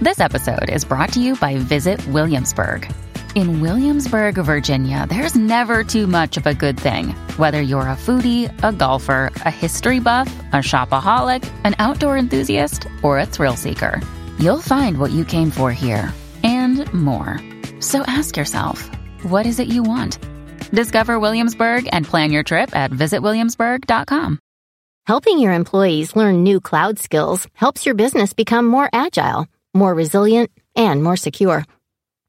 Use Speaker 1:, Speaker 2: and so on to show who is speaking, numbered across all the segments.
Speaker 1: This episode is brought to you by Visit Williamsburg. In Williamsburg, Virginia, there's never too much of a good thing. Whether you're a foodie, a golfer, a history buff, a shopaholic, an outdoor enthusiast, or a thrill seeker, you'll find what you came for here and more. So ask yourself, what is it you want? Discover Williamsburg and plan your trip at visitwilliamsburg.com.
Speaker 2: Helping your employees learn new cloud skills helps your business become more agile, more resilient, and more secure.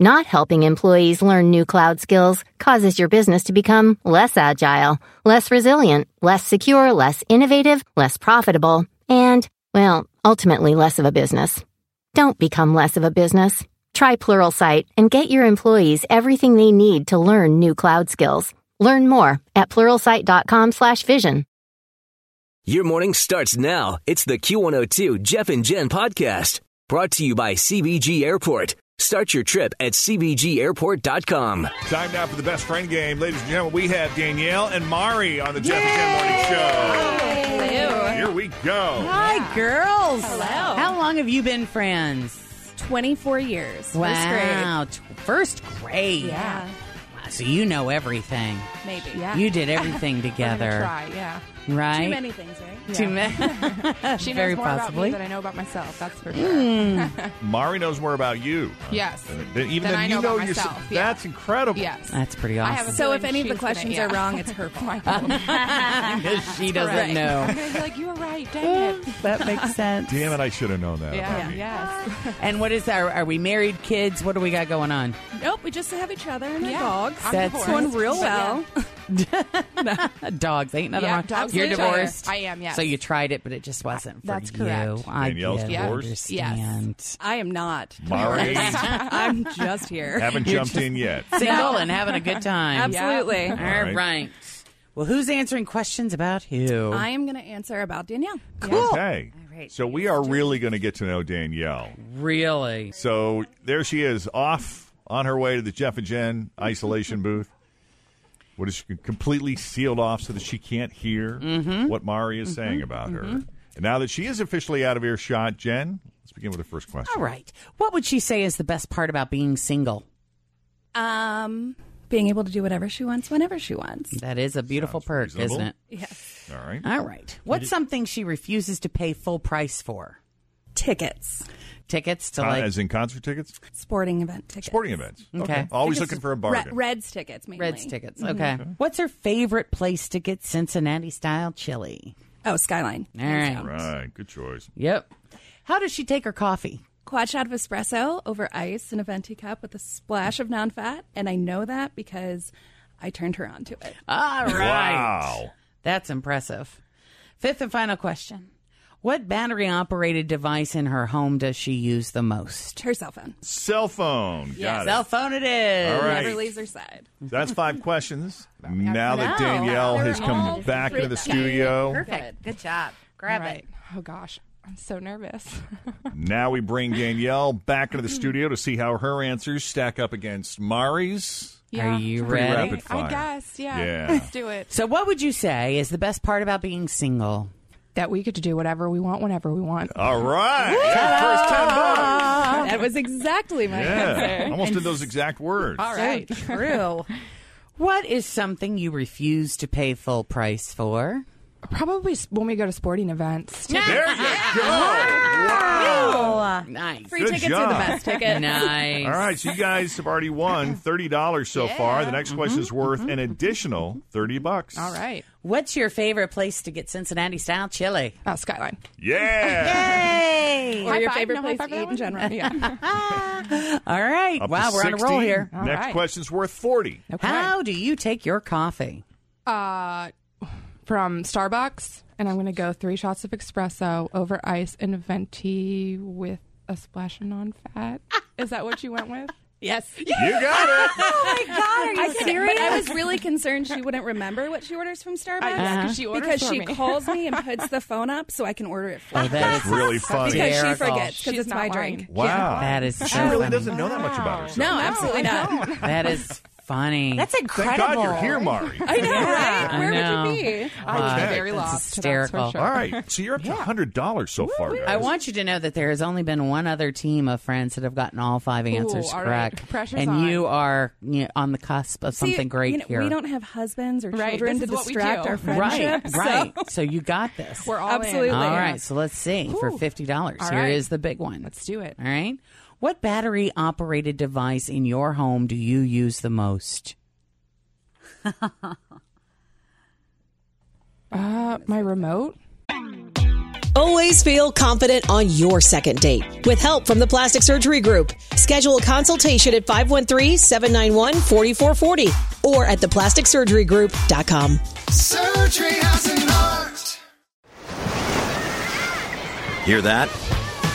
Speaker 2: Not helping employees learn new cloud skills causes your business to become less agile, less resilient, less secure, less innovative, less profitable, and, well, ultimately less of a business. Don't become less of a business. Try Pluralsight and get your employees everything they need to learn new cloud skills. Learn more at pluralsight.com/vision.
Speaker 3: Your morning starts now. It's the Q102 Jeff and Jen podcast brought to you by CBG Airport. Start your trip at CBGAirport.com.
Speaker 4: Time now for the best friend game. Ladies and gentlemen, we have Danielle and Mari on the Jeff and Jen Morning Show. Here we go.
Speaker 5: Hi, girls.
Speaker 6: Hello.
Speaker 5: How long have you been friends?
Speaker 6: 24 years.
Speaker 5: wow. First grade. First grade.
Speaker 6: Yeah.
Speaker 5: Wow, So you know everything.
Speaker 6: Maybe. Yeah.
Speaker 5: You did everything
Speaker 6: We're gonna
Speaker 5: together,
Speaker 6: try. Yeah.
Speaker 5: right?
Speaker 6: Too many things, right?
Speaker 5: Too many.
Speaker 6: She knows
Speaker 5: Very
Speaker 6: more
Speaker 5: possibly. Hmm.
Speaker 6: about me than I know about myself. That's for sure.
Speaker 4: Mari knows more about you.
Speaker 6: Yes.
Speaker 4: Than, even
Speaker 6: Than I
Speaker 4: than you
Speaker 6: know
Speaker 4: know
Speaker 6: about
Speaker 4: yourself.
Speaker 6: myself, yeah.
Speaker 4: That's incredible.
Speaker 6: Yes.
Speaker 5: That's pretty
Speaker 6: I
Speaker 5: awesome.
Speaker 6: have a
Speaker 7: So
Speaker 6: feeling
Speaker 7: if any of
Speaker 6: she's
Speaker 7: the
Speaker 6: gonna-
Speaker 7: questions
Speaker 6: yeah.
Speaker 7: are wrong, it's her fault.
Speaker 5: Because she doesn't
Speaker 6: Correct. I'm
Speaker 5: know.
Speaker 6: gonna be like, you were right. Dang it.
Speaker 5: that makes sense.
Speaker 4: Damn it, I should have known that. about
Speaker 6: Yeah.
Speaker 4: me.
Speaker 6: Yes.
Speaker 5: And what is our? Are we married? Kids? What do we got going on?
Speaker 7: nope, we just have each other and our
Speaker 6: Yeah.
Speaker 7: dogs.
Speaker 6: I'm
Speaker 5: That's-
Speaker 7: It's
Speaker 6: divorced.
Speaker 7: going real
Speaker 6: But
Speaker 7: well.
Speaker 5: Uh, Dogs? Ain't nothing
Speaker 6: Yeah,
Speaker 5: wrong.
Speaker 6: dogs
Speaker 5: You're
Speaker 6: and each other.
Speaker 5: divorced.
Speaker 6: I am, yes.
Speaker 5: So you tried it, but it just wasn't for
Speaker 6: That's
Speaker 5: you.
Speaker 6: correct.
Speaker 5: I
Speaker 4: Danielle's
Speaker 5: get it.
Speaker 4: divorced?
Speaker 5: Understand.
Speaker 7: I am not.
Speaker 4: Mari
Speaker 7: I'm just here.
Speaker 4: haven't jumped in yet.
Speaker 5: Single and having a good time.
Speaker 7: Absolutely.
Speaker 5: All
Speaker 4: right.
Speaker 5: right. Well, who's answering questions about who?
Speaker 7: I am going to answer about Danielle.
Speaker 4: Okay. So we are really going to get to know Danielle.
Speaker 5: really?
Speaker 4: So there she is, off on her way to the Jeff and Jen isolation booth. What is she completely sealed off so that she can't hear
Speaker 5: Mm-hmm.
Speaker 4: what Mari is saying about her. And now that she is officially out of earshot, Jen, let's begin with the first question.
Speaker 5: All right. What would she say is the best part about being single?
Speaker 7: Um, being able to do whatever she wants whenever she wants.
Speaker 5: That is a beautiful
Speaker 4: Sounds
Speaker 5: perk,
Speaker 4: reasonable.
Speaker 5: isn't it?
Speaker 7: Yes.
Speaker 4: All right.
Speaker 5: Oh. All right. What's something she refuses to pay full price for?
Speaker 7: Tickets.
Speaker 5: Tickets to
Speaker 4: Con-
Speaker 5: like
Speaker 4: as in concert tickets,
Speaker 7: Sporting event tickets.
Speaker 4: sporting events.
Speaker 5: Okay.
Speaker 4: Always
Speaker 7: Just
Speaker 4: looking for a
Speaker 7: Re-
Speaker 4: bargain.
Speaker 7: Reds tickets, mainly.
Speaker 5: Reds tickets. Mm-hmm. Okay. What's her favorite place to get Cincinnati style chili?
Speaker 7: Oh, Skyline.
Speaker 5: All right.
Speaker 4: Right. Good choice.
Speaker 5: Yep. How does she take her coffee?
Speaker 7: Quad shot of espresso over ice in a venti cup with a splash of non-fat, and I know that because I turned her on to it.
Speaker 5: All right.
Speaker 4: Wow.
Speaker 5: That's impressive. Fifth and final question. What battery operated device in her home does she use the most?
Speaker 7: Her cell phone
Speaker 4: Cell phone. Got it.
Speaker 5: Cell phone it is.
Speaker 4: All right.
Speaker 7: never leaves her side.
Speaker 4: That's five questions. Now that Danielle has come back into the studio,
Speaker 7: Perfect.
Speaker 6: Good job. Grab
Speaker 7: Right. Oh gosh, I'm so nervous.
Speaker 4: Now we bring Danielle back into the studio to see how her answers stack up against Mari's.
Speaker 5: Are you ready?
Speaker 4: rapid fire.
Speaker 7: I guess. Yeah.
Speaker 4: Yeah.
Speaker 7: Let's do it.
Speaker 5: So, what would you say is the best part about being single?
Speaker 6: That we get to do whatever we want whenever we want.
Speaker 4: All right. Yeah, first 10 bucks.
Speaker 7: That was exactly my
Speaker 4: Ah. Yeah.
Speaker 7: answer.
Speaker 4: Almost did those exact words.
Speaker 6: All right.
Speaker 5: True. what is something you refuse to pay full price for?
Speaker 6: Probably s- when we go to sporting events.
Speaker 4: There you go. Wow.
Speaker 5: Nice.
Speaker 7: Free
Speaker 4: Good
Speaker 7: tickets
Speaker 4: job.
Speaker 7: are the best tickets.
Speaker 5: Nice.
Speaker 4: All right, so you guys have already won $30 so far. The next question is worth an additional 30 bucks.
Speaker 6: All right.
Speaker 5: What's your favorite place to get Cincinnati style chili?
Speaker 6: Oh, Skyline.
Speaker 4: Yeah.
Speaker 7: Or
Speaker 6: High
Speaker 7: your
Speaker 6: five?
Speaker 7: favorite
Speaker 6: No high
Speaker 7: place
Speaker 6: five for
Speaker 7: to
Speaker 6: that
Speaker 7: eat in
Speaker 6: one?
Speaker 7: general. Yeah.
Speaker 5: All right.
Speaker 4: Up
Speaker 5: wow,
Speaker 4: to
Speaker 5: we're on a roll
Speaker 4: 60.
Speaker 5: here.
Speaker 6: All
Speaker 4: Next
Speaker 6: right.
Speaker 4: question's worth 40.
Speaker 6: Okay.
Speaker 5: How do you take your coffee?
Speaker 6: Uh, from Starbucks, and I'm going to go three shots of espresso over ice and venti with a splash of non-fat. Is that what you went with?
Speaker 7: Yes.
Speaker 4: You got it.
Speaker 7: Oh I said- But I was really concerned she wouldn't remember what she orders from Starbucks
Speaker 6: yeah, 'cause she orders
Speaker 7: because
Speaker 6: for
Speaker 7: she
Speaker 6: me.
Speaker 7: calls me and puts the phone up so I can order it for
Speaker 5: Oh,
Speaker 7: her.
Speaker 5: that is
Speaker 4: Really funny.
Speaker 7: because she
Speaker 5: hysterical.
Speaker 7: forgets because
Speaker 6: She's
Speaker 7: it's
Speaker 6: not
Speaker 7: my
Speaker 6: lying.
Speaker 7: drink.
Speaker 4: Wow.
Speaker 5: That is
Speaker 4: She
Speaker 5: so
Speaker 4: really
Speaker 5: funny.
Speaker 4: doesn't know that much about herself.
Speaker 7: No, absolutely not.
Speaker 5: That is funny.
Speaker 8: That's
Speaker 4: Thank
Speaker 8: incredible.
Speaker 4: God you're here, Mari.
Speaker 7: I know, right?
Speaker 5: I
Speaker 7: Where
Speaker 5: know. Uh,
Speaker 7: would you be?
Speaker 6: I was
Speaker 4: Okay.
Speaker 6: very
Speaker 5: That's
Speaker 6: lost.
Speaker 5: hysterical.
Speaker 6: That's for sure.
Speaker 4: All right. So you're up to hundred dollars so far. Guys.
Speaker 5: I want you to know that there has only been one other team of friends that have gotten all five answers
Speaker 6: all right.
Speaker 5: correct,
Speaker 6: Pressure's
Speaker 5: and
Speaker 6: on.
Speaker 5: you are you know, on the cusp of
Speaker 7: See,
Speaker 5: something great
Speaker 7: you know,
Speaker 5: here.
Speaker 7: We don't have husbands or
Speaker 6: Right,
Speaker 7: children
Speaker 6: this
Speaker 7: to
Speaker 6: is what we
Speaker 7: distract
Speaker 6: do.
Speaker 7: our
Speaker 5: right,
Speaker 7: friendship. so-
Speaker 5: right. So you got this.
Speaker 6: We're all
Speaker 7: Absolutely.
Speaker 6: in.
Speaker 5: All
Speaker 7: Yeah.
Speaker 5: right, so let's see. For fifty dollars,
Speaker 6: All
Speaker 5: here
Speaker 6: right.
Speaker 5: is the big one.
Speaker 6: Let's do it.
Speaker 5: All right, what battery-operated device in your home do you use the most?
Speaker 6: Uh, my remote.
Speaker 9: Always feel confident on your second date. With help from the Plastic Surgery Group, schedule a consultation at 513-791-4440 or at theplasticsurgerygroup.com.
Speaker 10: Surgery has an art.
Speaker 11: Hear that?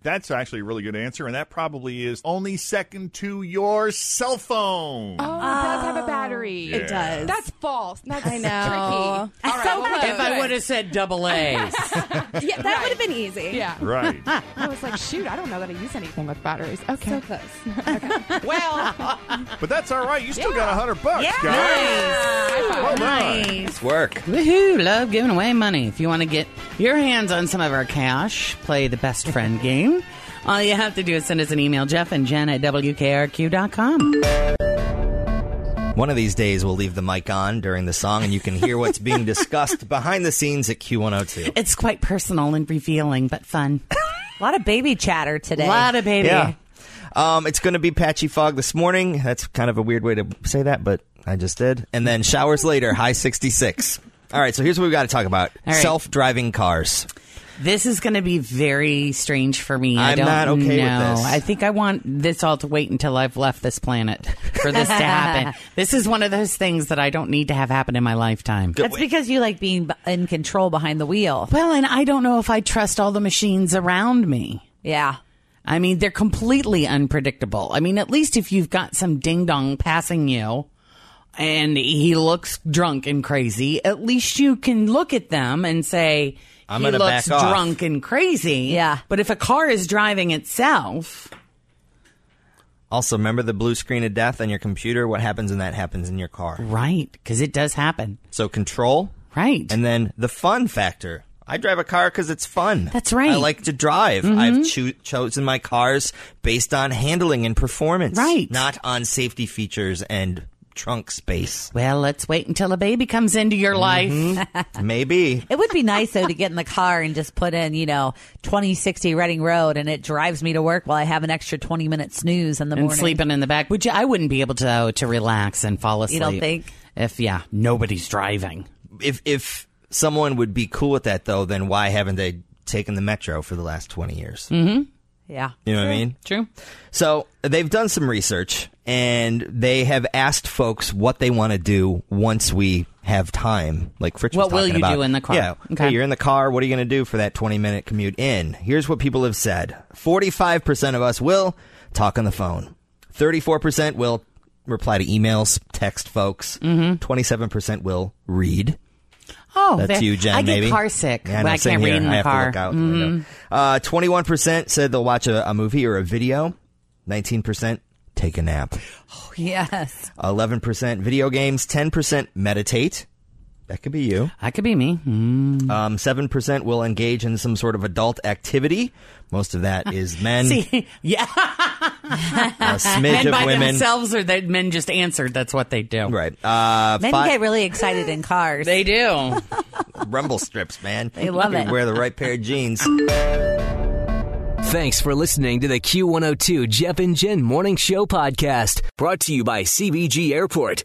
Speaker 4: That's actually a really good answer, and that probably is only second to your cell phone.
Speaker 6: Oh, it does have a battery.
Speaker 4: Yeah. It does.
Speaker 6: That's false. That's
Speaker 7: I know.
Speaker 6: tricky. All right,
Speaker 7: So
Speaker 6: well,
Speaker 7: close.
Speaker 5: If I would have said double A's,
Speaker 7: Yeah, that would have been easy.
Speaker 6: yeah.
Speaker 4: Right.
Speaker 6: I was like, shoot, I don't know that I use anything with batteries. Okay.
Speaker 7: So close.
Speaker 5: well,
Speaker 4: But that's all right. You still got a hundred bucks, guys.
Speaker 5: yeah,
Speaker 4: Well done.
Speaker 8: It's work.
Speaker 5: Woohoo! Love giving away money. If you want to get your hands on some of our cash, play the best friend game. All you have to do is send us an email, Jeff and Jen at WKRQ.com.
Speaker 8: One of these days, we'll leave the mic on during the song, and you can hear what's being discussed behind the scenes at Q102.
Speaker 5: It's quite personal and revealing, but fun.
Speaker 8: A lot of baby chatter today.
Speaker 5: Lot of baby.
Speaker 8: Yeah. Um, it's going to be patchy fog this morning. That's kind of a weird way to say that, but I just did. And then showers later, high 66. All right, so here's what we've got to talk about
Speaker 5: All right.
Speaker 8: self driving cars.
Speaker 5: This is going to be very strange for me. I
Speaker 8: I'm
Speaker 5: don't
Speaker 8: not okay with
Speaker 5: know.
Speaker 8: this.
Speaker 5: I think I want this all to wait until I've left this planet for this to happen. This is one of those things that I don't need to have happen in my lifetime.
Speaker 8: That's
Speaker 9: because you like being in control behind the wheel.
Speaker 5: Well, and I don't know if I trust all the machines around me.
Speaker 9: Yeah.
Speaker 5: I mean, they're completely unpredictable. I mean, at least if you've got some ding dong passing you and he looks drunk and crazy, at least you can look at them and say,
Speaker 8: I'm
Speaker 5: he
Speaker 8: gonna
Speaker 5: looks
Speaker 8: back off.
Speaker 5: drunk and crazy.
Speaker 9: Yeah.
Speaker 5: But if a car is driving itself,
Speaker 8: Also, remember the blue screen of death on your computer? What happens in that happens in your car.
Speaker 5: right, because it does happen.
Speaker 8: So control,
Speaker 5: Right.
Speaker 8: and then the fun factor. I drive a car because it's fun.
Speaker 5: That's right.
Speaker 8: I like to drive. I've cho- chosen my cars based on handling and performance,
Speaker 5: Right.
Speaker 8: Not on safety features and trunk space.
Speaker 5: well, let's wait until a baby comes into your life.
Speaker 8: Maybe
Speaker 9: It would be nice though to get in the car and just put in, you know, 2060 Reading Road and it drives me to work while I have an extra 20 minute snooze in the
Speaker 5: and
Speaker 9: morning.
Speaker 5: sleeping in the back, which I wouldn't be able to to relax and fall asleep.
Speaker 9: You don't think?
Speaker 5: If, yeah, nobody's driving.
Speaker 8: if if someone would be cool with that though, then why haven't they taken the metro for the last twenty years?
Speaker 9: Yeah.
Speaker 8: You know what I mean?
Speaker 5: Mm. True.
Speaker 8: So they've done some research and they have asked folks what they want to do once we have time. Like Fritz was
Speaker 5: What will
Speaker 8: talking
Speaker 5: you
Speaker 8: about.
Speaker 5: do in the car?
Speaker 8: Yeah.
Speaker 5: Okay.
Speaker 8: Hey, you're in the car. What are you going to do for that 20 minute commute in? Here's what people have said. 45% of us will talk on the phone. 34% will reply to emails, text folks.
Speaker 7: Mm-hmm.
Speaker 8: 27% will read.
Speaker 5: Oh,
Speaker 8: That's
Speaker 5: that-
Speaker 8: you, Jen.
Speaker 5: I
Speaker 8: maybe
Speaker 5: get car sick.
Speaker 8: Yeah, I
Speaker 5: when
Speaker 8: know,
Speaker 5: I
Speaker 8: same
Speaker 5: can't
Speaker 8: here.
Speaker 5: read in the
Speaker 8: I have
Speaker 5: car. Mm,
Speaker 8: To look out the window. Uh, 21% said they'll watch a, a movie or a video. 19% take a nap.
Speaker 9: Yes.
Speaker 8: 11% video games. 10% meditate. That could be you.
Speaker 5: That could be me. Mm.
Speaker 8: Um, 7% will engage in some sort of adult activity. Most of that is men.
Speaker 5: yeah,
Speaker 8: a smidge
Speaker 5: men by
Speaker 8: of women.
Speaker 5: themselves, or that men just answered. That's what they do.
Speaker 8: Right. Uh,
Speaker 9: Men
Speaker 8: fi-
Speaker 9: get really excited in cars.
Speaker 5: They do.
Speaker 8: rumble strips, man.
Speaker 9: They love
Speaker 8: You
Speaker 9: it.
Speaker 8: Wear the right pair of jeans.
Speaker 3: Thanks for listening to the Q102 Jeff and Jen Morning Show podcast, brought to you by CBG Airport.